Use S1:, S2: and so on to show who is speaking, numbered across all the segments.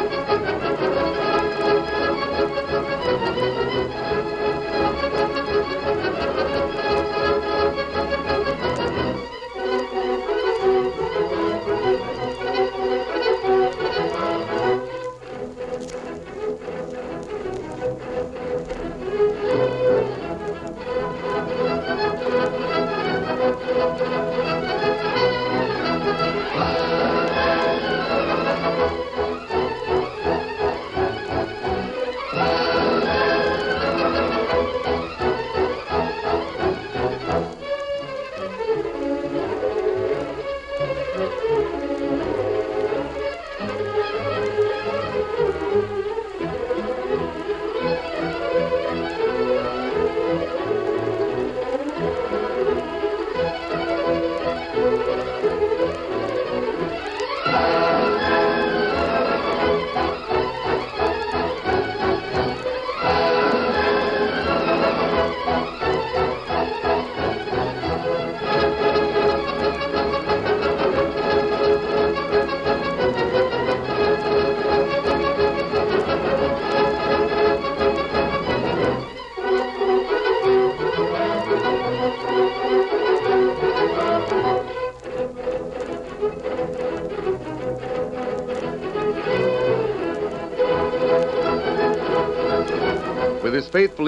S1: With his faithful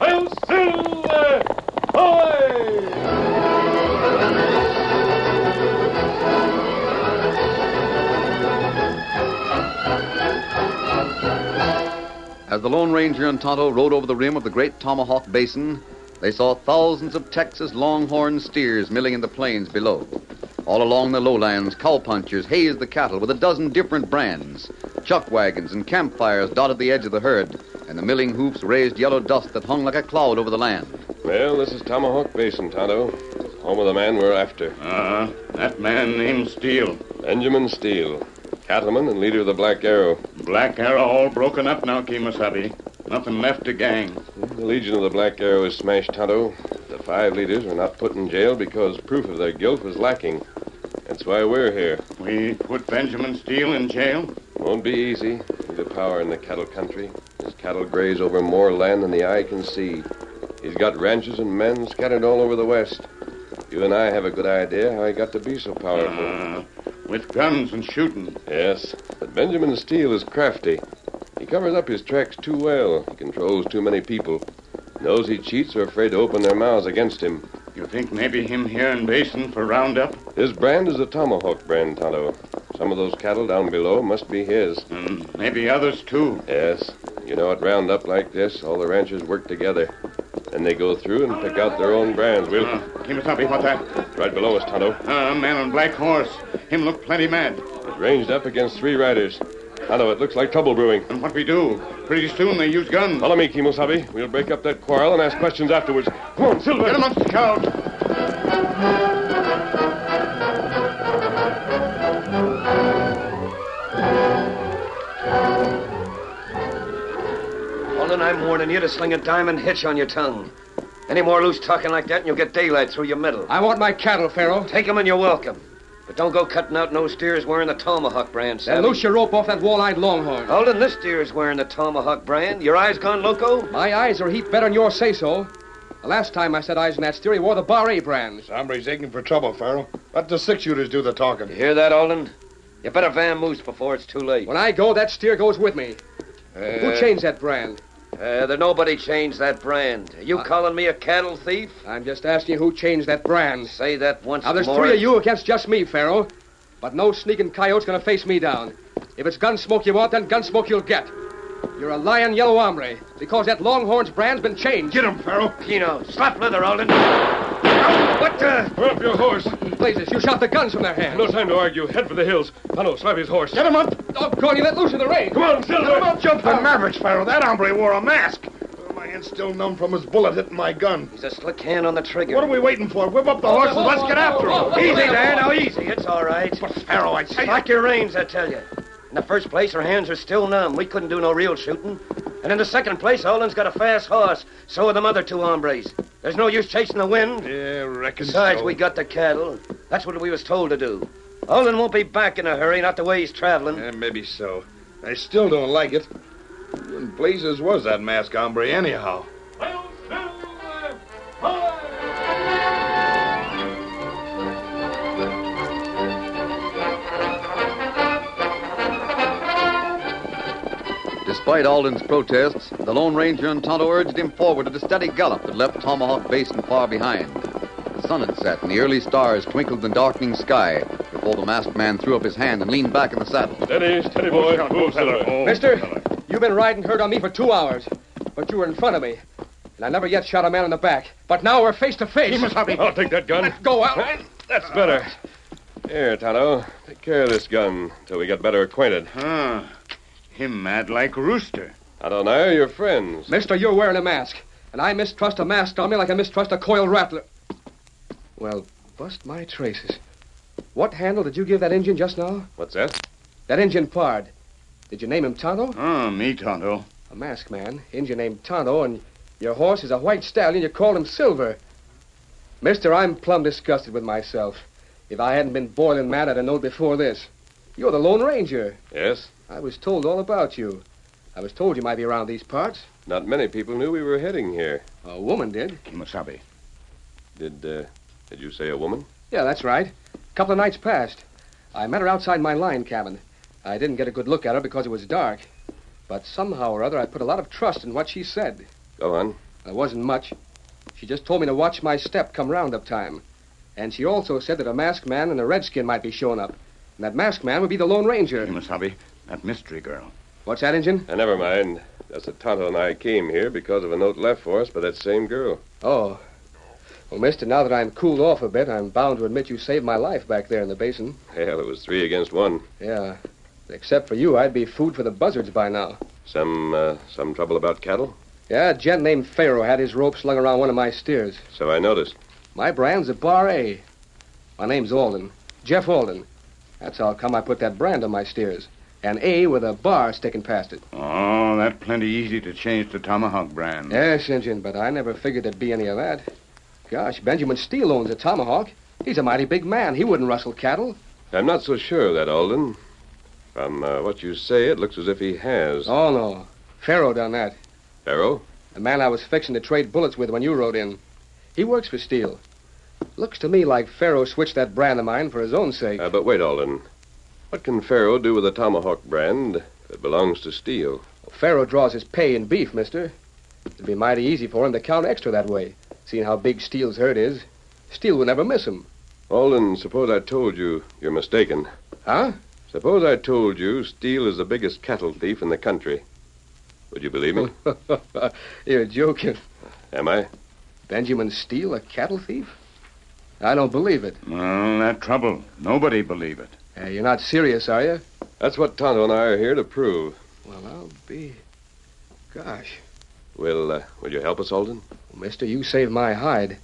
S2: Hail, Silver! Away!
S1: As the Lone Ranger and Tonto rode over the rim of the great Tomahawk Basin, they saw thousands of Texas longhorn steers milling in the plains below. All along the lowlands, cowpunchers hazed the cattle with a dozen different brands. Chuck wagons and campfires dotted the edge of the herd, and the milling hoofs raised yellow dust that hung like a cloud over the land.
S2: Well, this is Tomahawk Basin, Tonto. Home of the man we're after,
S3: Uh, that man named Steele.
S2: Benjamin Steele, cattleman and leader of the Black Arrow,
S3: Black Arrow all broken up now, Kemosabe. Nothing left to gang.
S2: The Legion of the Black Arrow is smashed, Tonto. The five leaders were not put in jail because proof of their guilt was lacking. That's why we're here.
S3: We put Benjamin Steele in jail.
S2: Won't be easy. He's a power in the cattle country. His cattle graze over more land than the eye can see. He's got ranches and men scattered all over the West. You and I have a good idea how he got to be so powerful.
S3: Uh, with guns and shooting.
S2: Yes, but Benjamin Steele is crafty. He covers up his tracks too well. He controls too many people. Those he cheats are afraid to open their mouths against him.
S3: You think maybe him here in Basin for roundup?
S2: His brand is the tomahawk brand, Tonto. Some of those cattle down below must be his.
S3: And maybe others too.
S2: Yes. You know, at roundup like this, all the ranchers work together. Then they go through and pick out their own brands. We'll
S4: Uh-huh.
S3: Uh, Kemosabe, what that?
S2: right below us, Tonto.
S3: Uh, man on black horse. Him look plenty mad.
S2: It's ranged up against three riders. Tonto, it looks like trouble brewing.
S3: And what we do? Pretty soon they use guns.
S2: Follow me, Kimosabe. We'll break up that quarrel and ask questions afterwards. Come on, Silver.
S3: Get him up, scout.
S5: Well, then I'm warning you to sling a diamond hitch on your tongue. Any more loose talking like that, and you'll get daylight through your middle.
S6: I want my cattle, Pharaoh.
S5: Take 'em and you're welcome. But don't go cutting out no steers wearing the tomahawk brand,
S6: Then
S5: Sam.
S6: loose your rope off that wall-eyed longhorn.
S5: Holden, this steer's wearing the tomahawk brand. Your eyes gone loco?
S6: My eyes are a heap better than your say-so. The last time I set eyes on that steer, he wore the Bar A brand.
S4: Somebody's aching for trouble, Farrell. Let the six shooters do the talking.
S5: You hear that, Alden? You better vamoose before it's too late.
S6: When I go, that steer goes with me. Who changed that brand?
S5: Uh, there nobody changed that brand. Are
S6: Uh-
S5: you calling me a cattle thief?
S6: I'm just asking you who changed that brand.
S5: Say that once
S6: Now, there's
S5: more.
S6: three of you against just me, Pharaoh. But no sneaking coyote's gonna face me down. If it's gun smoke you want, then gun smoke you'll get. You're a lying yellow hombre because that Longhorn's brand's been changed.
S3: Get him, Pharaoh.
S5: Pino, slap leather, Alden. Ow, what the?
S4: Throw up your horse.
S6: Blazes, you shot the guns from their hands.
S4: No time to argue. Head for the hills. Pano, slap his horse.
S3: Get him up.
S6: Doggone, you let loose of the reins.
S4: Come on, Silver.
S3: Jump the Mavericks, Pharaoh. That hombre wore a mask. Oh, my hand's still numb from his bullet hitting my gun.
S5: He's a slick hand on the trigger.
S3: What are we waiting for? Whip up the horses. Let's get after him.
S5: Easy there, now easy. It's all right.
S3: Pharaoh, I tell you.
S5: Slack your reins, I tell you. In the first place, her hands are still numb. We couldn't do no real shooting. And in the second place, Olin's got a fast horse. So are them other two hombres. There's no use chasing the wind.
S4: Yeah, reckon
S5: Besides,
S4: so.
S5: we got the cattle. That's what we was told to do. Olin won't be back in a hurry, not the way he's traveling.
S4: Yeah, maybe so. I still don't like it. Who in blazes was that mask hombre anyhow?
S1: Despite Alden's protests, the Lone Ranger and Tonto urged him forward at a steady gallop that left Tomahawk Basin far behind. The sun had set, and the early stars twinkled in the darkening sky before the masked man threw up his hand and leaned back in the saddle.
S4: Steady, steady, boy. Move,
S3: Oh.
S4: Silver.
S6: Mister, you've been riding herd on me for two hours, but you were in front of me. And I never yet shot a man in the back. But now we're face to face.
S4: I'll take that gun.
S6: Let go out.
S4: That's better.
S2: Here, Tonto. Take care of this gun till we get better acquainted.
S3: Ah, him mad like rooster.
S2: Tonto and I are your friends.
S6: Mister, you're wearing a mask. And I mistrust a mask on me like I mistrust a coil rattler. Well, bust my traces. What handle did you give that Indian just now?
S2: What's that?
S6: That Indian Pard. Did you name him Tonto?
S3: Ah, me, Tonto.
S6: A masked man. Indian named Tonto, and your horse is a white stallion. You called him Silver. Mister, I'm plumb disgusted with myself. If I hadn't been boiling mad, I'd have known before this. You're the Lone Ranger.
S2: Yes?
S6: I was told all about you. I was told you might be around these parts.
S2: Not many people knew we were heading here.
S6: A woman did.
S3: Kimasabi.
S2: Did, uh, did you say a woman?
S6: Yeah, that's right. A couple of nights passed. I met her outside my line cabin. I didn't get a good look at her because it was dark. But somehow or other, I put a lot of trust in what she said.
S2: Go on.
S6: There wasn't much. She just told me to watch my step come roundup time. And she also said that a masked man and a redskin might be showing up. And that masked man would be the Lone Ranger.
S3: Kimasabi, that mystery girl.
S6: What's that, Injun?
S2: Uh, never mind. That's that Tonto and I came here because of a note left for us by that same girl.
S6: Oh. Well, mister, now that I'm cooled off a bit, I'm bound to admit you saved my life back there in the basin.
S2: Hell, it was three against one.
S6: Yeah. Except for you, I'd be food for the buzzards by now.
S2: Some, uh, some trouble about cattle?
S6: Yeah, a gent named Pharaoh had his rope slung around one of my steers.
S2: So I noticed.
S6: My brand's a bar A. My name's Alden. Jeff Alden. That's how come I put that brand on my steers. An A with a bar sticking past it.
S3: Oh, that plenty easy to change to Tomahawk brand.
S6: Yes, Injun, but I never figured there'd be any of that. Gosh, Benjamin Steele owns a tomahawk. He's a mighty big man. He wouldn't rustle cattle.
S2: I'm not so sure of that, Alden. From uh, what you say, it looks as if he has.
S6: Oh, no. Pharaoh done that.
S2: Pharaoh?
S6: The man I was fixing to trade bullets with when you rode in. He works for Steele. Looks to me like Pharaoh switched that brand of mine for his own sake.
S2: Uh, but wait, Alden. What can Pharaoh do with a tomahawk brand that belongs to Steele?
S6: Pharaoh draws his pay in beef, mister. It'd be mighty easy for him to count extra that way, seeing how big Steele's herd is. Steele would never miss him.
S2: Alden, suppose I told you you're mistaken.
S6: Huh?
S2: Suppose I told you Steele is the biggest cattle thief in the country. Would you believe me?
S6: You're joking.
S2: Am I?
S6: Benjamin Steele, a cattle thief? I don't believe it.
S3: Well, that trouble. Nobody believe it.
S6: Uh, you're not serious, are you?
S2: That's what Tonto and I are here to prove.
S6: Well, I'll be. Gosh.
S2: Will, uh, will you help us, Alden?
S6: Mister, you saved my hide.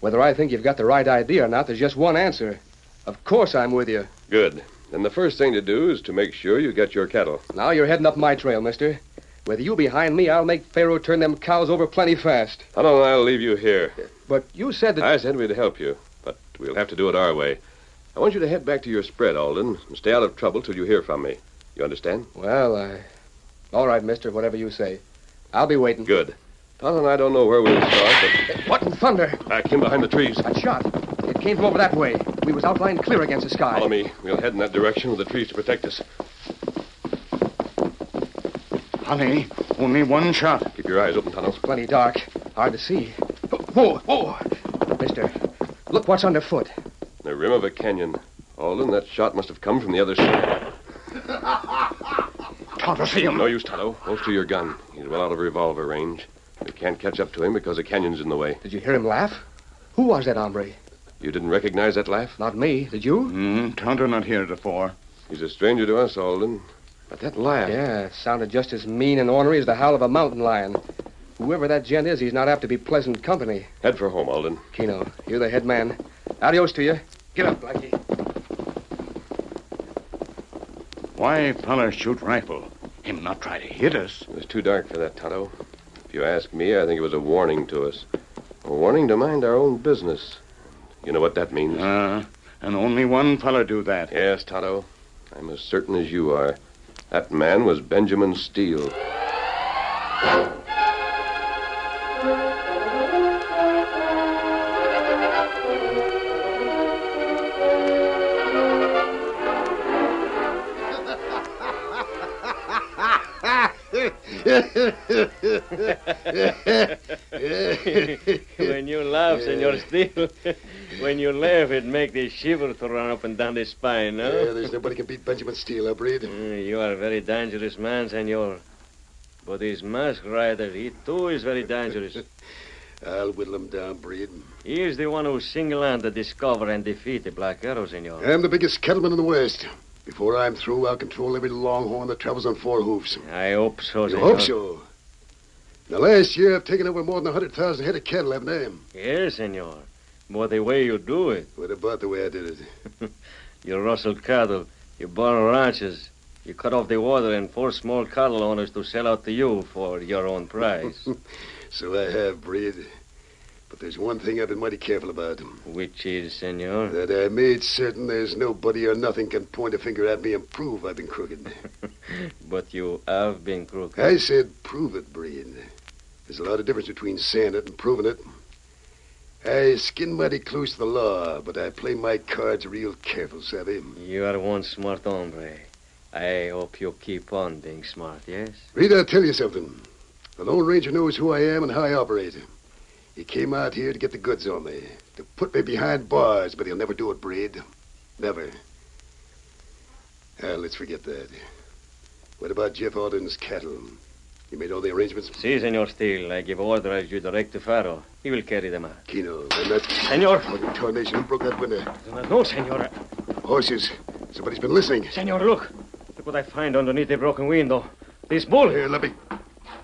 S6: Whether I think you've got the right idea or not, there's just one answer. Of course I'm with you.
S2: Good. Then the first thing to do is to make sure you get your cattle.
S6: Now you're heading up my trail, mister. With you behind me, I'll make Pharaoh turn them cows over plenty fast.
S2: Tonto and I'll leave you here.
S6: But you said
S5: Uh,
S6: that.
S2: I said we'd help you, but we'll have to do it our way. I want you to head back to your spread, Alden, and stay out of trouble till you hear from me. You understand?
S5: Mm-hmm.
S6: Well, I. All right, mister, whatever you say. I'll be waiting.
S2: Good. Tonto and I don't know where we'll start,
S6: What in thunder?
S2: but back in behind the trees.
S6: That shot. It came from over that way. We
S7: he was outlined clear against the sky.
S2: Follow me. We'll head in that direction with the trees to protect us.
S3: Honey, only one shot.
S2: Keep your eyes open, Tonto.
S7: Plenty dark. Hard to see. Whoa, whoa! Mister, look what's underfoot.
S2: The rim of a canyon. Alden, that shot must have come from the other side.
S3: Tonto, see him.
S2: No use, Tonto. Holster your gun. He's well out of revolver range. We can't catch up to him because the canyon's in the way.
S7: Did you hear him laugh? Who was that hombre?
S2: You didn't recognize that laugh?
S7: Not me. Did you?
S3: Mm, Tonto not heretofore.
S2: He's a stranger to us, Alden. But that laugh.
S7: Yeah, sounded just as mean and ornery as the howl of a mountain lion. Whoever that gent is, he's not apt to be pleasant company.
S2: Head for home, Alden.
S7: Kino, you're the head man. Adios to you. Get up, Blackie.
S3: Why feller shoot rifle? Him not try to hit us.
S2: It was too dark for that, Tonto. If you ask me, I think it was a warning to us. A warning to mind our own business. You know what that means?
S3: Uh, and only one feller do that.
S2: Yes, Tonto. I'm as certain as you are. That man was Benjamin Steele.
S5: when you laugh, Senor Steele, when you laugh, it makes the shivers to run up and down the spine, no?
S8: there's nobody can beat Benjamin Steele, I breathe.
S5: Mm, you are a very dangerous man, Senor. But this mask rider, he too is very dangerous.
S8: I'll whittle him down, Breed.
S5: He is the one who single-handed discovered and defeated the Black Arrow, Senor.
S8: I'm the biggest cattleman in the West. Before I'm through, I'll control every longhorn that travels on four hoofs.
S5: I hope so,
S8: You
S5: Senor.
S8: hope so. Now, last year, I've taken over more than 100,000 head of cattle, haven't I?
S5: Yes, Senor. But the way you do it,
S8: What about the way I did it?
S5: you rustled cattle, you burn ranches, you cut off the water and force small cattle owners to sell out to you for your own price.
S8: So I have, Breed. But there's one thing I've been mighty careful about.
S5: Which is, senor?
S8: That I made certain there's nobody or nothing can point a finger at me and prove I've been crooked.
S5: But you have been crooked.
S8: I said prove it, Breed. There's a lot of difference between saying it and proving it. I skin mighty close to the law, but I play my cards real careful, savvy.
S5: You are one smart hombre. I hope you keep on being smart, yes?
S8: Reed, I'll tell you something. The Lone Ranger knows who I am and how I operate. He came out here to get the goods on me, to put me behind bars, but he'll never do it, Breed. Never. Ah, let's forget that. What about Jeff Alden's cattle? You made all the arrangements?
S5: See, Senor Steele, I give order as you direct to Faro. He will carry them out.
S8: Kino, and that
S5: Senor!
S8: fucking tarnation who broke that window.
S5: No, senor.
S8: Horses. Somebody's been listening.
S5: Senor, look. Look what I find underneath the broken window. This bull.
S8: Here, let me.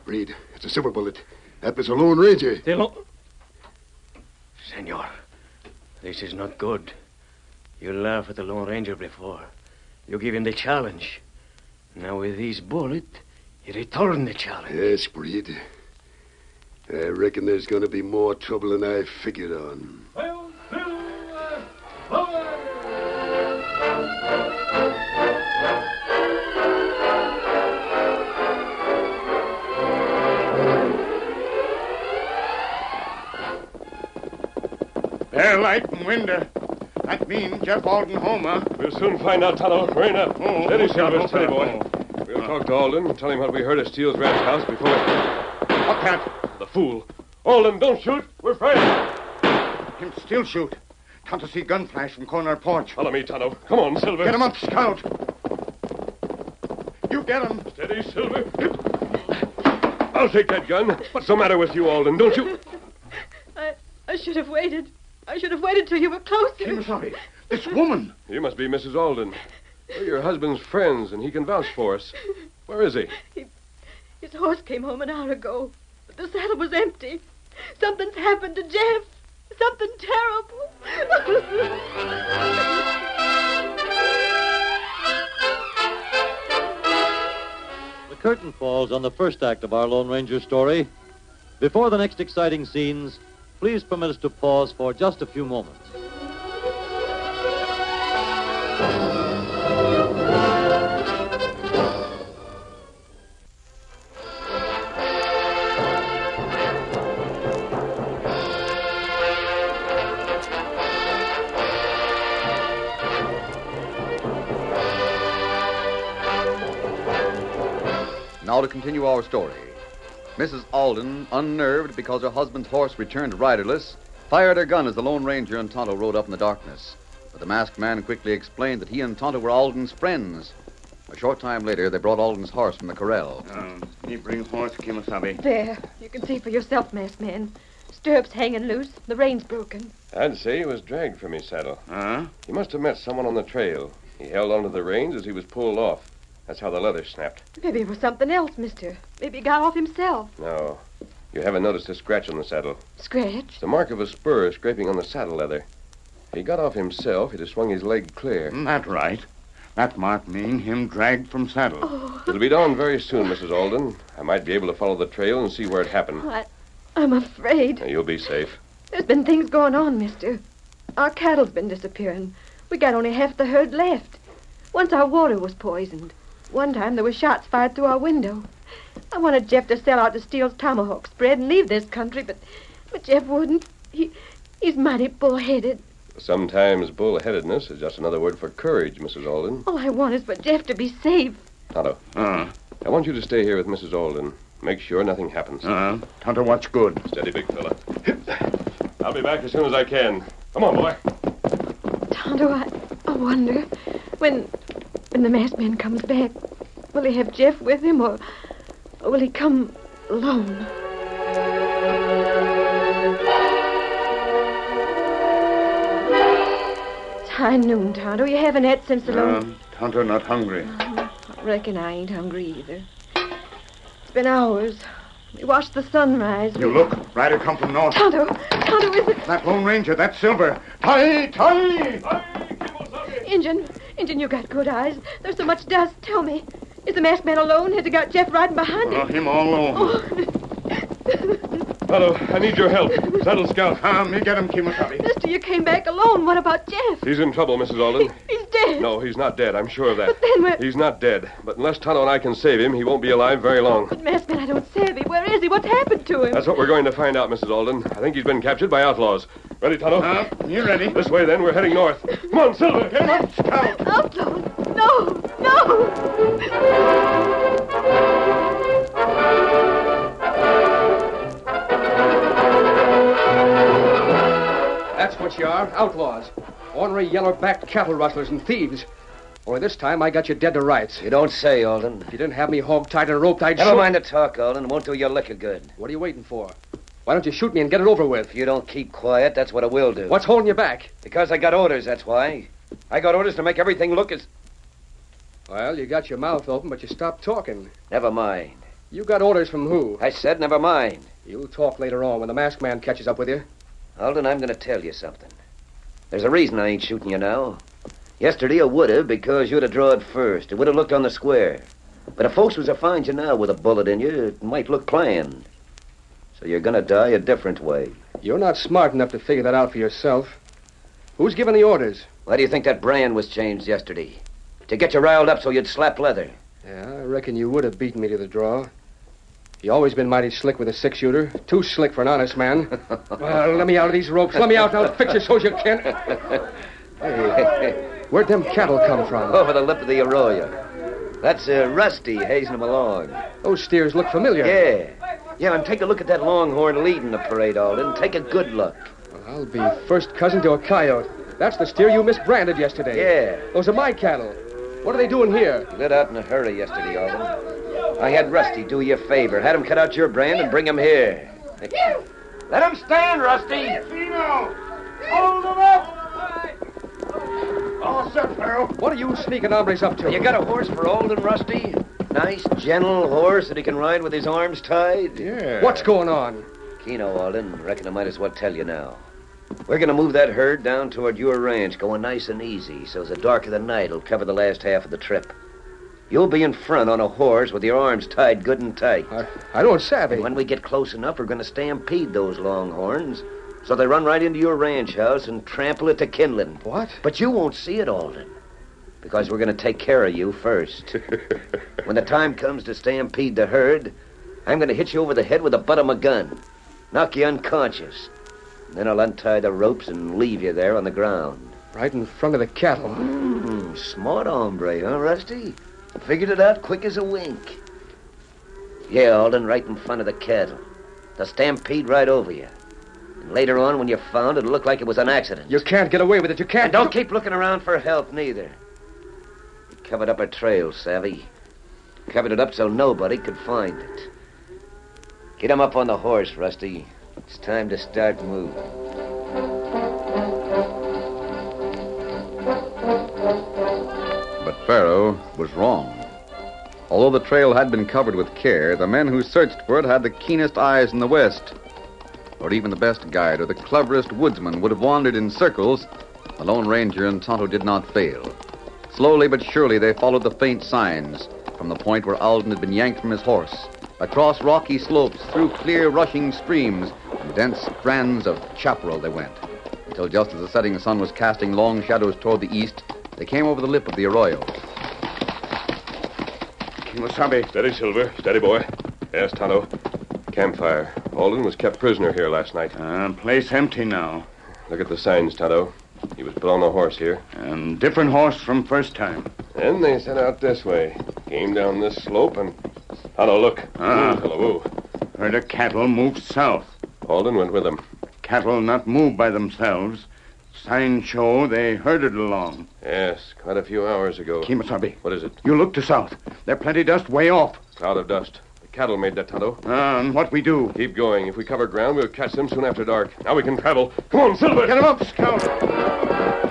S8: Reed, it's a silver bullet. That was a Lone Ranger.
S5: The lo- Senor, this is not good. You laughed at the Lone Ranger before. You give him the challenge. Now with this bullet, he return the challenge.
S8: Yes, Breed. I reckon there's going to be more trouble than I figured on.
S3: There, light and window. That mean Jeff Alden Homer.
S2: We'll soon find out, Tonto. Hurry up.
S3: Oh,
S2: Steady,
S3: oh, Ah.
S2: Silver,
S3: Tonto,
S2: steady, boy.
S3: Tonto.
S2: We'll talk to Alden and tell him what we heard at Steele's ranch house before we...
S3: What that?
S2: The fool. Alden, don't shoot. We're friends.
S3: Him still shoot. Tonto see gun flash from corner porch.
S2: Follow me, Tonto. Come on, Silver.
S3: Get him up, scout. You get him.
S2: Steady, Silver. I'll take that gun. What's the matter with you, Alden? Don't you...
S9: I, I should have waited. I should have waited till you were closer.
S3: I'm sorry. This woman.
S2: You must be Mrs. Alden. We're your husband's friends, and he can vouch for us. Where is he?
S9: His horse came home an hour ago, but the saddle was empty. Something's happened to Jeff. Something terrible.
S10: The curtain falls on the first act of our Lone Ranger story. Before the next exciting scenes, please permit us to pause for just a few moments.
S1: Now to continue our story. Mrs. Alden, unnerved because her husband's horse returned riderless, fired her gun as the Lone Ranger and Tonto rode up in the darkness. But the masked man quickly explained that he and Tonto were Alden's friends. A short time later, they brought Alden's horse from the corral.
S3: Uh,
S11: He bring horse, Kimasabi.
S9: There. You can see for yourself, masked man. Stirrups hanging loose. The reins broken.
S2: I'd say he was dragged from his saddle. Huh? He must have met someone on the trail. He held onto the reins as he was pulled off. That's how the leather snapped.
S9: Maybe it was something else, mister. Maybe he got off himself.
S2: No, you haven't noticed a scratch on the saddle.
S9: Scratch?
S2: It's the mark of a spur scraping on the saddle leather. If he got off himself, he'd have swung his leg clear.
S11: That right. That mark mean him dragged from saddle.
S2: It'll be dawn very soon, Mrs. Alden. I might be able to follow the trail and see where it happened.
S9: Oh, I, I'm afraid.
S2: Now, You'll be safe.
S9: There's been things going on, mister. Our cattle's been disappearing. We got only half the herd left. Once our water was poisoned. One time there were shots fired through our window. I wanted Jeff to sell out to Steele's tomahawk spread and leave this country, but but Jeff wouldn't. He he's mighty bull-headed.
S2: Sometimes bullheadedness is just another word for courage, Mrs. Alden.
S9: All I want is for Jeff to be safe.
S2: Tonto.
S11: Uh,
S2: I want you to stay here with Mrs. Alden. Make sure nothing happens.
S3: Ah.
S2: Uh-huh.
S11: uh, Tonto, watch good.
S2: Steady, big fella. I'll be back as soon as I can. Come on, boy.
S9: Tonto, I, I wonder when when the masked man comes back, will he have Jeff with him or, or will he come alone? It's high noon, Tonto. You haven't had since the
S3: Uh-huh.
S9: long.
S11: Um, Tonto not hungry.
S9: I reckon I ain't hungry either. It's been hours. We watched the sunrise.
S11: You look. Rider come from north.
S9: Tonto, Tonto, is it
S11: That Lone Ranger, that Silver. Tie, tie!
S9: Injun? Injun, you got good eyes. There's so much dust. Tell me, is the masked man alone? Has he got Jeff riding behind him? Oh.
S11: Oh, him all alone.
S2: Uh-huh. Tonto, I need your help. Saddle scout.
S11: Ah, me get him, Kimasabi.
S9: Mister, you came back alone. What about Jeff?
S2: He's in trouble, Mrs. Alden.
S9: He's dead.
S2: No, he's not dead. I'm sure of that.
S9: But then where?
S2: He's not dead. But unless Tonto and I can save him, he won't be alive very long.
S9: But masked man, I don't savvy. Where is he? What's happened to him?
S2: That's what we're going to find out, Mrs. Alden. I think he's been captured by outlaws. Ready, Tonto?
S3: Uh-huh.
S11: you ready?
S2: This way, then. We're heading north. Come on, Silver. Come on.
S9: Outlaws? No, no.
S6: That's what you are, outlaws. Ornery yellow-backed cattle rustlers and thieves. Only this time I got you dead to rights. You don't say, Alden. If you didn't have me hogtied and roped, I'd
S5: Never
S6: shoot-
S5: mind the talk, Alden. It won't do your liquor good.
S6: What are you waiting for? Why don't you shoot me and get it over with?
S5: If you don't keep quiet, that's what it will do.
S6: What's holding you back?
S5: Because I got orders, that's why. I got orders to make everything look as.
S6: Well, you got your mouth open, but you stopped talking.
S5: Never mind.
S6: You got orders from who?
S5: I said never mind.
S6: You'll talk later on when the masked man catches up with you.
S5: Alden, I'm going to tell you something. There's a reason I ain't shooting you now. Yesterday I would have because you'd have drawed first. It would have looked on the square. But if folks was to find you now with a bullet in you, it might look planned. So you're going to die a different way.
S6: You're not smart enough to figure that out for yourself. Who's giving the orders?
S5: Why do you think that brand was changed yesterday? To get you riled up so you'd slap leather.
S6: Yeah, I reckon you would have beaten me to the draw. You always been mighty slick with a six shooter. Too slick for an honest man. Well, let me out of these ropes. Let me out and I'll fix you so you can. Hey, where'd them cattle come from?
S5: Over Oh, the lip of the arroyo. That's uh, Rusty hazing him along.
S6: Those steers look familiar.
S5: Yeah. Yeah, and take a look at that longhorn leading the parade, Alden. Take a good look.
S6: I'll be first cousin to a coyote. That's the steer you misbranded yesterday.
S5: Yeah.
S6: Those are my cattle. What are they doing here?
S5: Lit out in a hurry yesterday, Alden. I had Rusty do you a favor. Had him cut out your brand and bring him here. Let him stand, Rusty.
S3: Hold him up! All set, Pharaoh.
S6: What are you sneaking hombres up to?
S5: You got a horse for Alden, Rusty? Nice, gentle horse that he can ride with his arms tied?
S11: Yeah.
S6: What's going on?
S5: Keno, Alden, reckon I might as well tell you now. We're going to move that herd down toward your ranch, going nice and easy, so the dark of the night will cover the last half of the trip. You'll be in front on a horse with your arms tied good and tight.
S6: I, I don't savvy.
S5: And when we get close enough, we're going to stampede those longhorns so they run right into your ranch house and trample it to kindling.
S6: What?
S5: But you won't see it, Alden, because we're going to take care of you first. when the time comes to stampede the herd, I'm going to hit you over the head with the butt of my gun, knock you unconscious. And then I'll untie the ropes and leave you there on the ground.
S6: Right in front of the cattle.
S5: Mm, Hmm, smart hombre, huh, Rusty? Figured it out quick as a wink. Yeah, Alden, right in front of the cattle. The stampede right over you. And later on, when you're found, it'll look like it was an accident.
S6: You can't get away with it. You can't.
S5: And don't keep looking around for help, neither. We covered up our trail, Savvy. Covered it up so nobody could find it. Get him up on the horse, Rusty. It's time to start moving.
S1: But Pharaoh was wrong. Although the trail had been covered with care, the men who searched for it had the keenest eyes in the West. Or even the best guide or the cleverest woodsman would have wandered in circles, the Lone Ranger and Tonto did not fail. Slowly but surely they followed the faint signs from the point where Alden had been yanked from his horse, across rocky slopes, through clear rushing streams, and dense strands of chaparral they went, until just as the setting sun was casting long shadows toward the east, they came over the lip of the arroyo.
S11: Kimasabe.
S2: Steady, Silver. Steady, boy. Yes, Tonto. Campfire. Alden was kept prisoner here last night.
S11: Uh, place empty now.
S2: Look at the signs, Tonto. He was put on a horse here.
S11: And different horse from first time.
S2: Then they set out this way. Came down this slope and. Tonto, look.
S11: Ah.
S2: Ooh, hello,
S11: Herd of cattle moved south.
S2: Alden went with them.
S11: Cattle not moved by themselves. Signs show they herded along.
S2: Yes, quite a few hours ago.
S11: Kimasabe,
S2: What is it?
S11: you look to south. There plenty dust way off.
S2: Cloud of dust. The cattle made that, Tonto.
S11: Ah, and what we do?
S2: Keep going. If we cover ground, we'll catch them soon after dark. Now we can travel. Come on, Silver!
S11: Get him up, scout!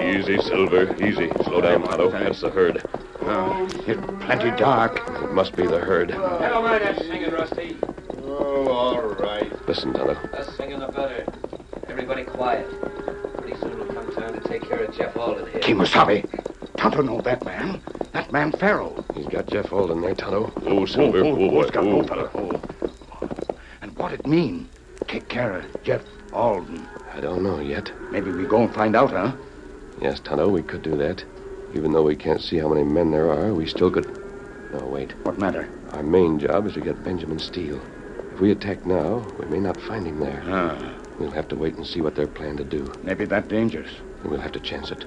S2: Easy, Silver. Easy. Slow down, Tonto. That's the herd.
S11: Ah, it's plenty dark.
S2: It must be the herd.
S12: Never mind that singing, Rusty.
S4: Oh, all right.
S2: Listen, Tonto.
S5: Less singing, the better. Everybody quiet. Pretty soon will come time to take care of Jeff Alden here.
S11: Kimasabe, Tonto know that man. That man Pharaoh.
S2: He's got Jeff Alden there, Tonto. Oh, Silver.
S11: Oh, oh,
S2: boy.
S11: oh, Scout,
S2: Oh,
S11: oh, fella, oh. And what it mean? Take care of Jeff Alden.
S2: I don't know yet.
S11: Maybe we go and find out, huh?
S2: Yes, Tonto, we could do that. Even though we can't see how many men there are, we still could. No, wait.
S11: What matter?
S2: Our main job is to get Benjamin Steele. If we attack now, we may not find him there.
S11: Ah,
S2: We'll have to wait and see what they're planning to do.
S11: maybe that dangerous.
S2: And we'll have to chance it.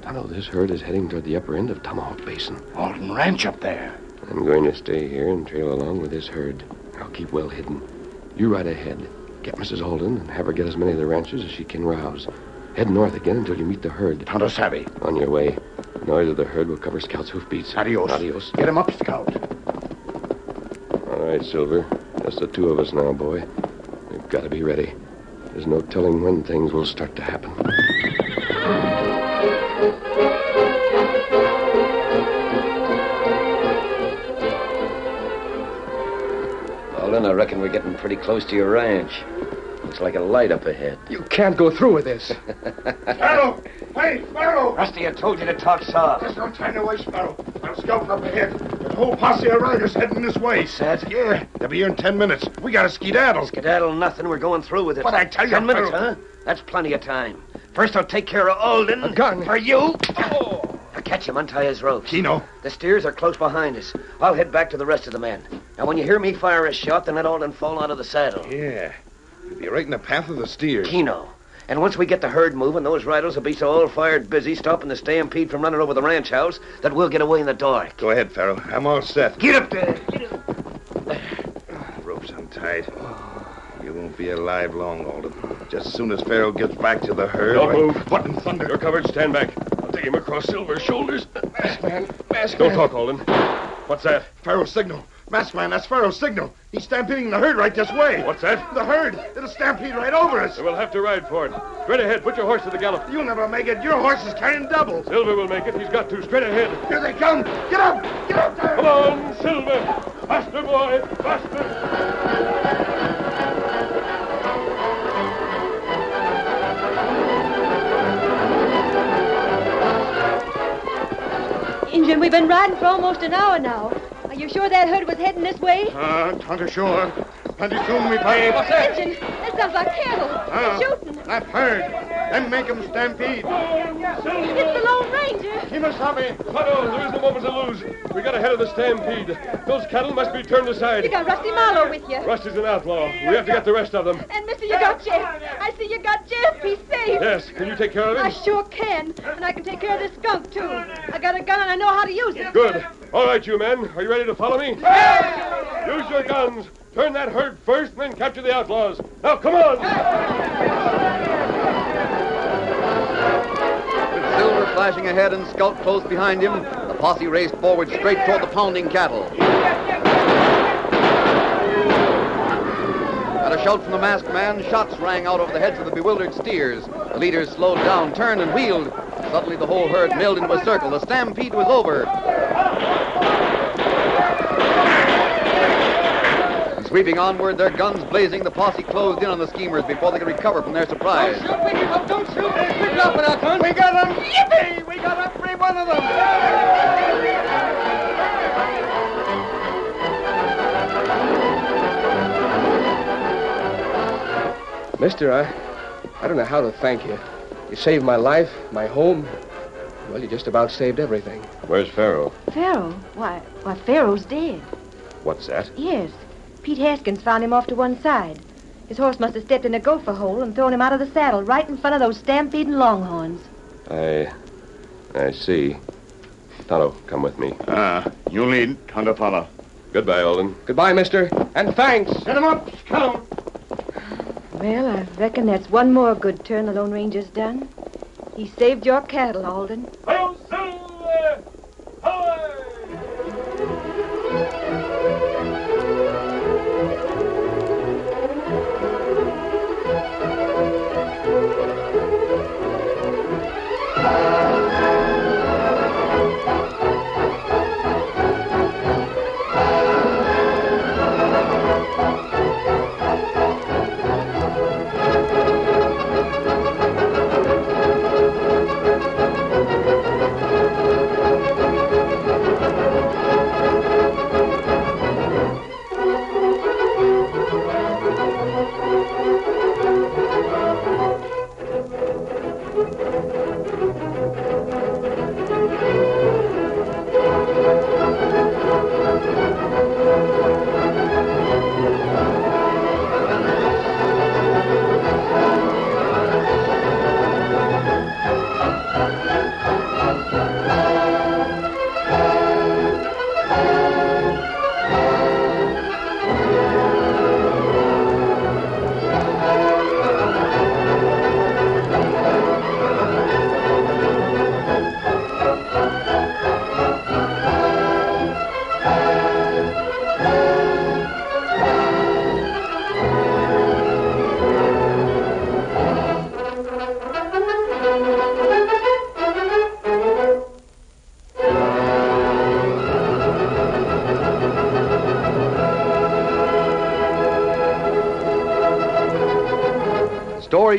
S2: Tonto, this herd is heading toward the upper end of Tomahawk Basin.
S11: Alden Ranch up there.
S2: I'm going to stay here and trail along with this herd. I'll keep well hidden. You ride ahead. Get Mrs. Holden and have her get as many of the ranches as she can rouse. Head north again until you meet the herd.
S11: Tonto Savvy.
S2: On your way, the noise of the herd will cover Scout's hoofbeats.
S11: Adios.
S2: Adios.
S11: Get him up, Scout.
S2: All right, Silver. Just the two of us now, boy. We've got to be ready. There's no telling when things will start to happen.
S5: Alden, I reckon we're getting pretty close to your ranch. Looks like a light up ahead.
S6: You can't go through with this.
S3: Pharaoh! Hey, Pharaoh!
S5: Rusty, I told you to talk soft.
S3: There's no time to waste, Pharaoh. I'm scouting up ahead. The whole posse of riders heading this way.
S5: Sad.
S3: Yeah, they'll be here in ten minutes. We gotta skedaddle.
S5: Skedaddle, nothing. We're going through with it.
S3: But I tell you,
S5: Ten minutes, huh?
S3: Pharaoh-
S5: That's plenty of time. First, I'll take care of Alden.
S6: A gun. Oh.
S5: For you. Now catch him, untie his ropes.
S3: Kino,
S5: The steers are close behind us. I'll head back to the rest of the men. Now, when you hear me fire a shot, then let Alden fall out of the saddle.
S4: Yeah. You'll be right in the path of the steers.
S5: Kino. And once we get the herd moving, those riders will be so all fired busy stopping the stampede from running over the ranch house that we'll get away in the dark.
S4: Go ahead, Pharaoh. I'm all set.
S5: Get up there.
S4: Rope's untied. You won't be alive long, Alden. Just as soon as Pharaoh gets back to the herd.
S2: Don't move.
S4: What in thunder?
S2: You're covered. Stand back. I'll take him across Silver's shoulders.
S3: mask
S2: Don't
S3: man.
S2: talk, Alden. What's that?
S3: Pharaoh's signal. Mask man, that's Pharaoh's signal. He's stampeding the herd right this way.
S2: What's that?
S3: The herd. It'll stampede right over us.
S2: We'll have to ride for it. Straight ahead. Put your horse to the gallop.
S3: You'll never make it. Your horse is carrying double.
S2: Silver will make it. He's got to. Straight ahead.
S3: Here they come. Get up. Get up there.
S2: Come on, Silver. Faster, boy. Faster.
S9: Injun, we've been riding for almost an hour now. Are you sure that herd was heading this way?
S11: Ah,
S3: Uh,
S11: Tonto sure. Plenty soon we play.
S2: Uh-huh. Ah,
S9: Injun, that sounds like cattle. They're shooting.
S11: That herd.
S13: Then make him stampede.
S9: It's the Lone Ranger.
S13: Kimasabe.
S3: Tonto, there isn't a moment to lose. We got ahead of the stampede. Those cattle must be turned aside.
S9: You got Rusty Marlowe with you.
S3: Rusty's an outlaw. We have to get the rest of them.
S9: And, mister, you got Jeff. I see you got Jeff. He's safe.
S3: Yes, can you take care of
S9: I
S3: him?
S9: sure can. And I can take care of this skunk, too. I got a gun and I know how to use it.
S3: Good. All right, you men. Are you ready to follow me? Use your guns. Turn that herd first, and then capture the outlaws. Now, come on.
S1: Silver flashing ahead and Scout close behind him, the posse raced forward straight toward the pounding cattle. At a shout from the masked man, shots rang out over the heads of the bewildered steers. The leaders slowed down, turned, and wheeled. Suddenly, the whole herd milled into a circle. The stampede was over. And sweeping onward, their guns blazing, the posse closed in on the schemers before they could recover from their surprise.
S13: Don't shoot. We're dropping our guns. We got them. Yippee! We got every one of them.
S14: Mister, I, I don't know how to thank you. You saved my life, my home. Well, you just about saved everything.
S2: Where's Farrell?
S9: Pharaoh? Why, why, Pharaoh's dead.
S2: What's that?
S9: Yes. Pete Haskins found him off to one side. His horse must have stepped in a gopher hole and thrown him out of the saddle right in front of those stampeding longhorns.
S2: I. I see. Tonto, come with me. Ah, you lead. Tonto follow. Goodbye, Olden.
S14: Goodbye, mister. And thanks. Get him up.
S9: Well, I reckon that's one more good turn the Lone Ranger's done. He saved your cattle, Alden.
S1: The story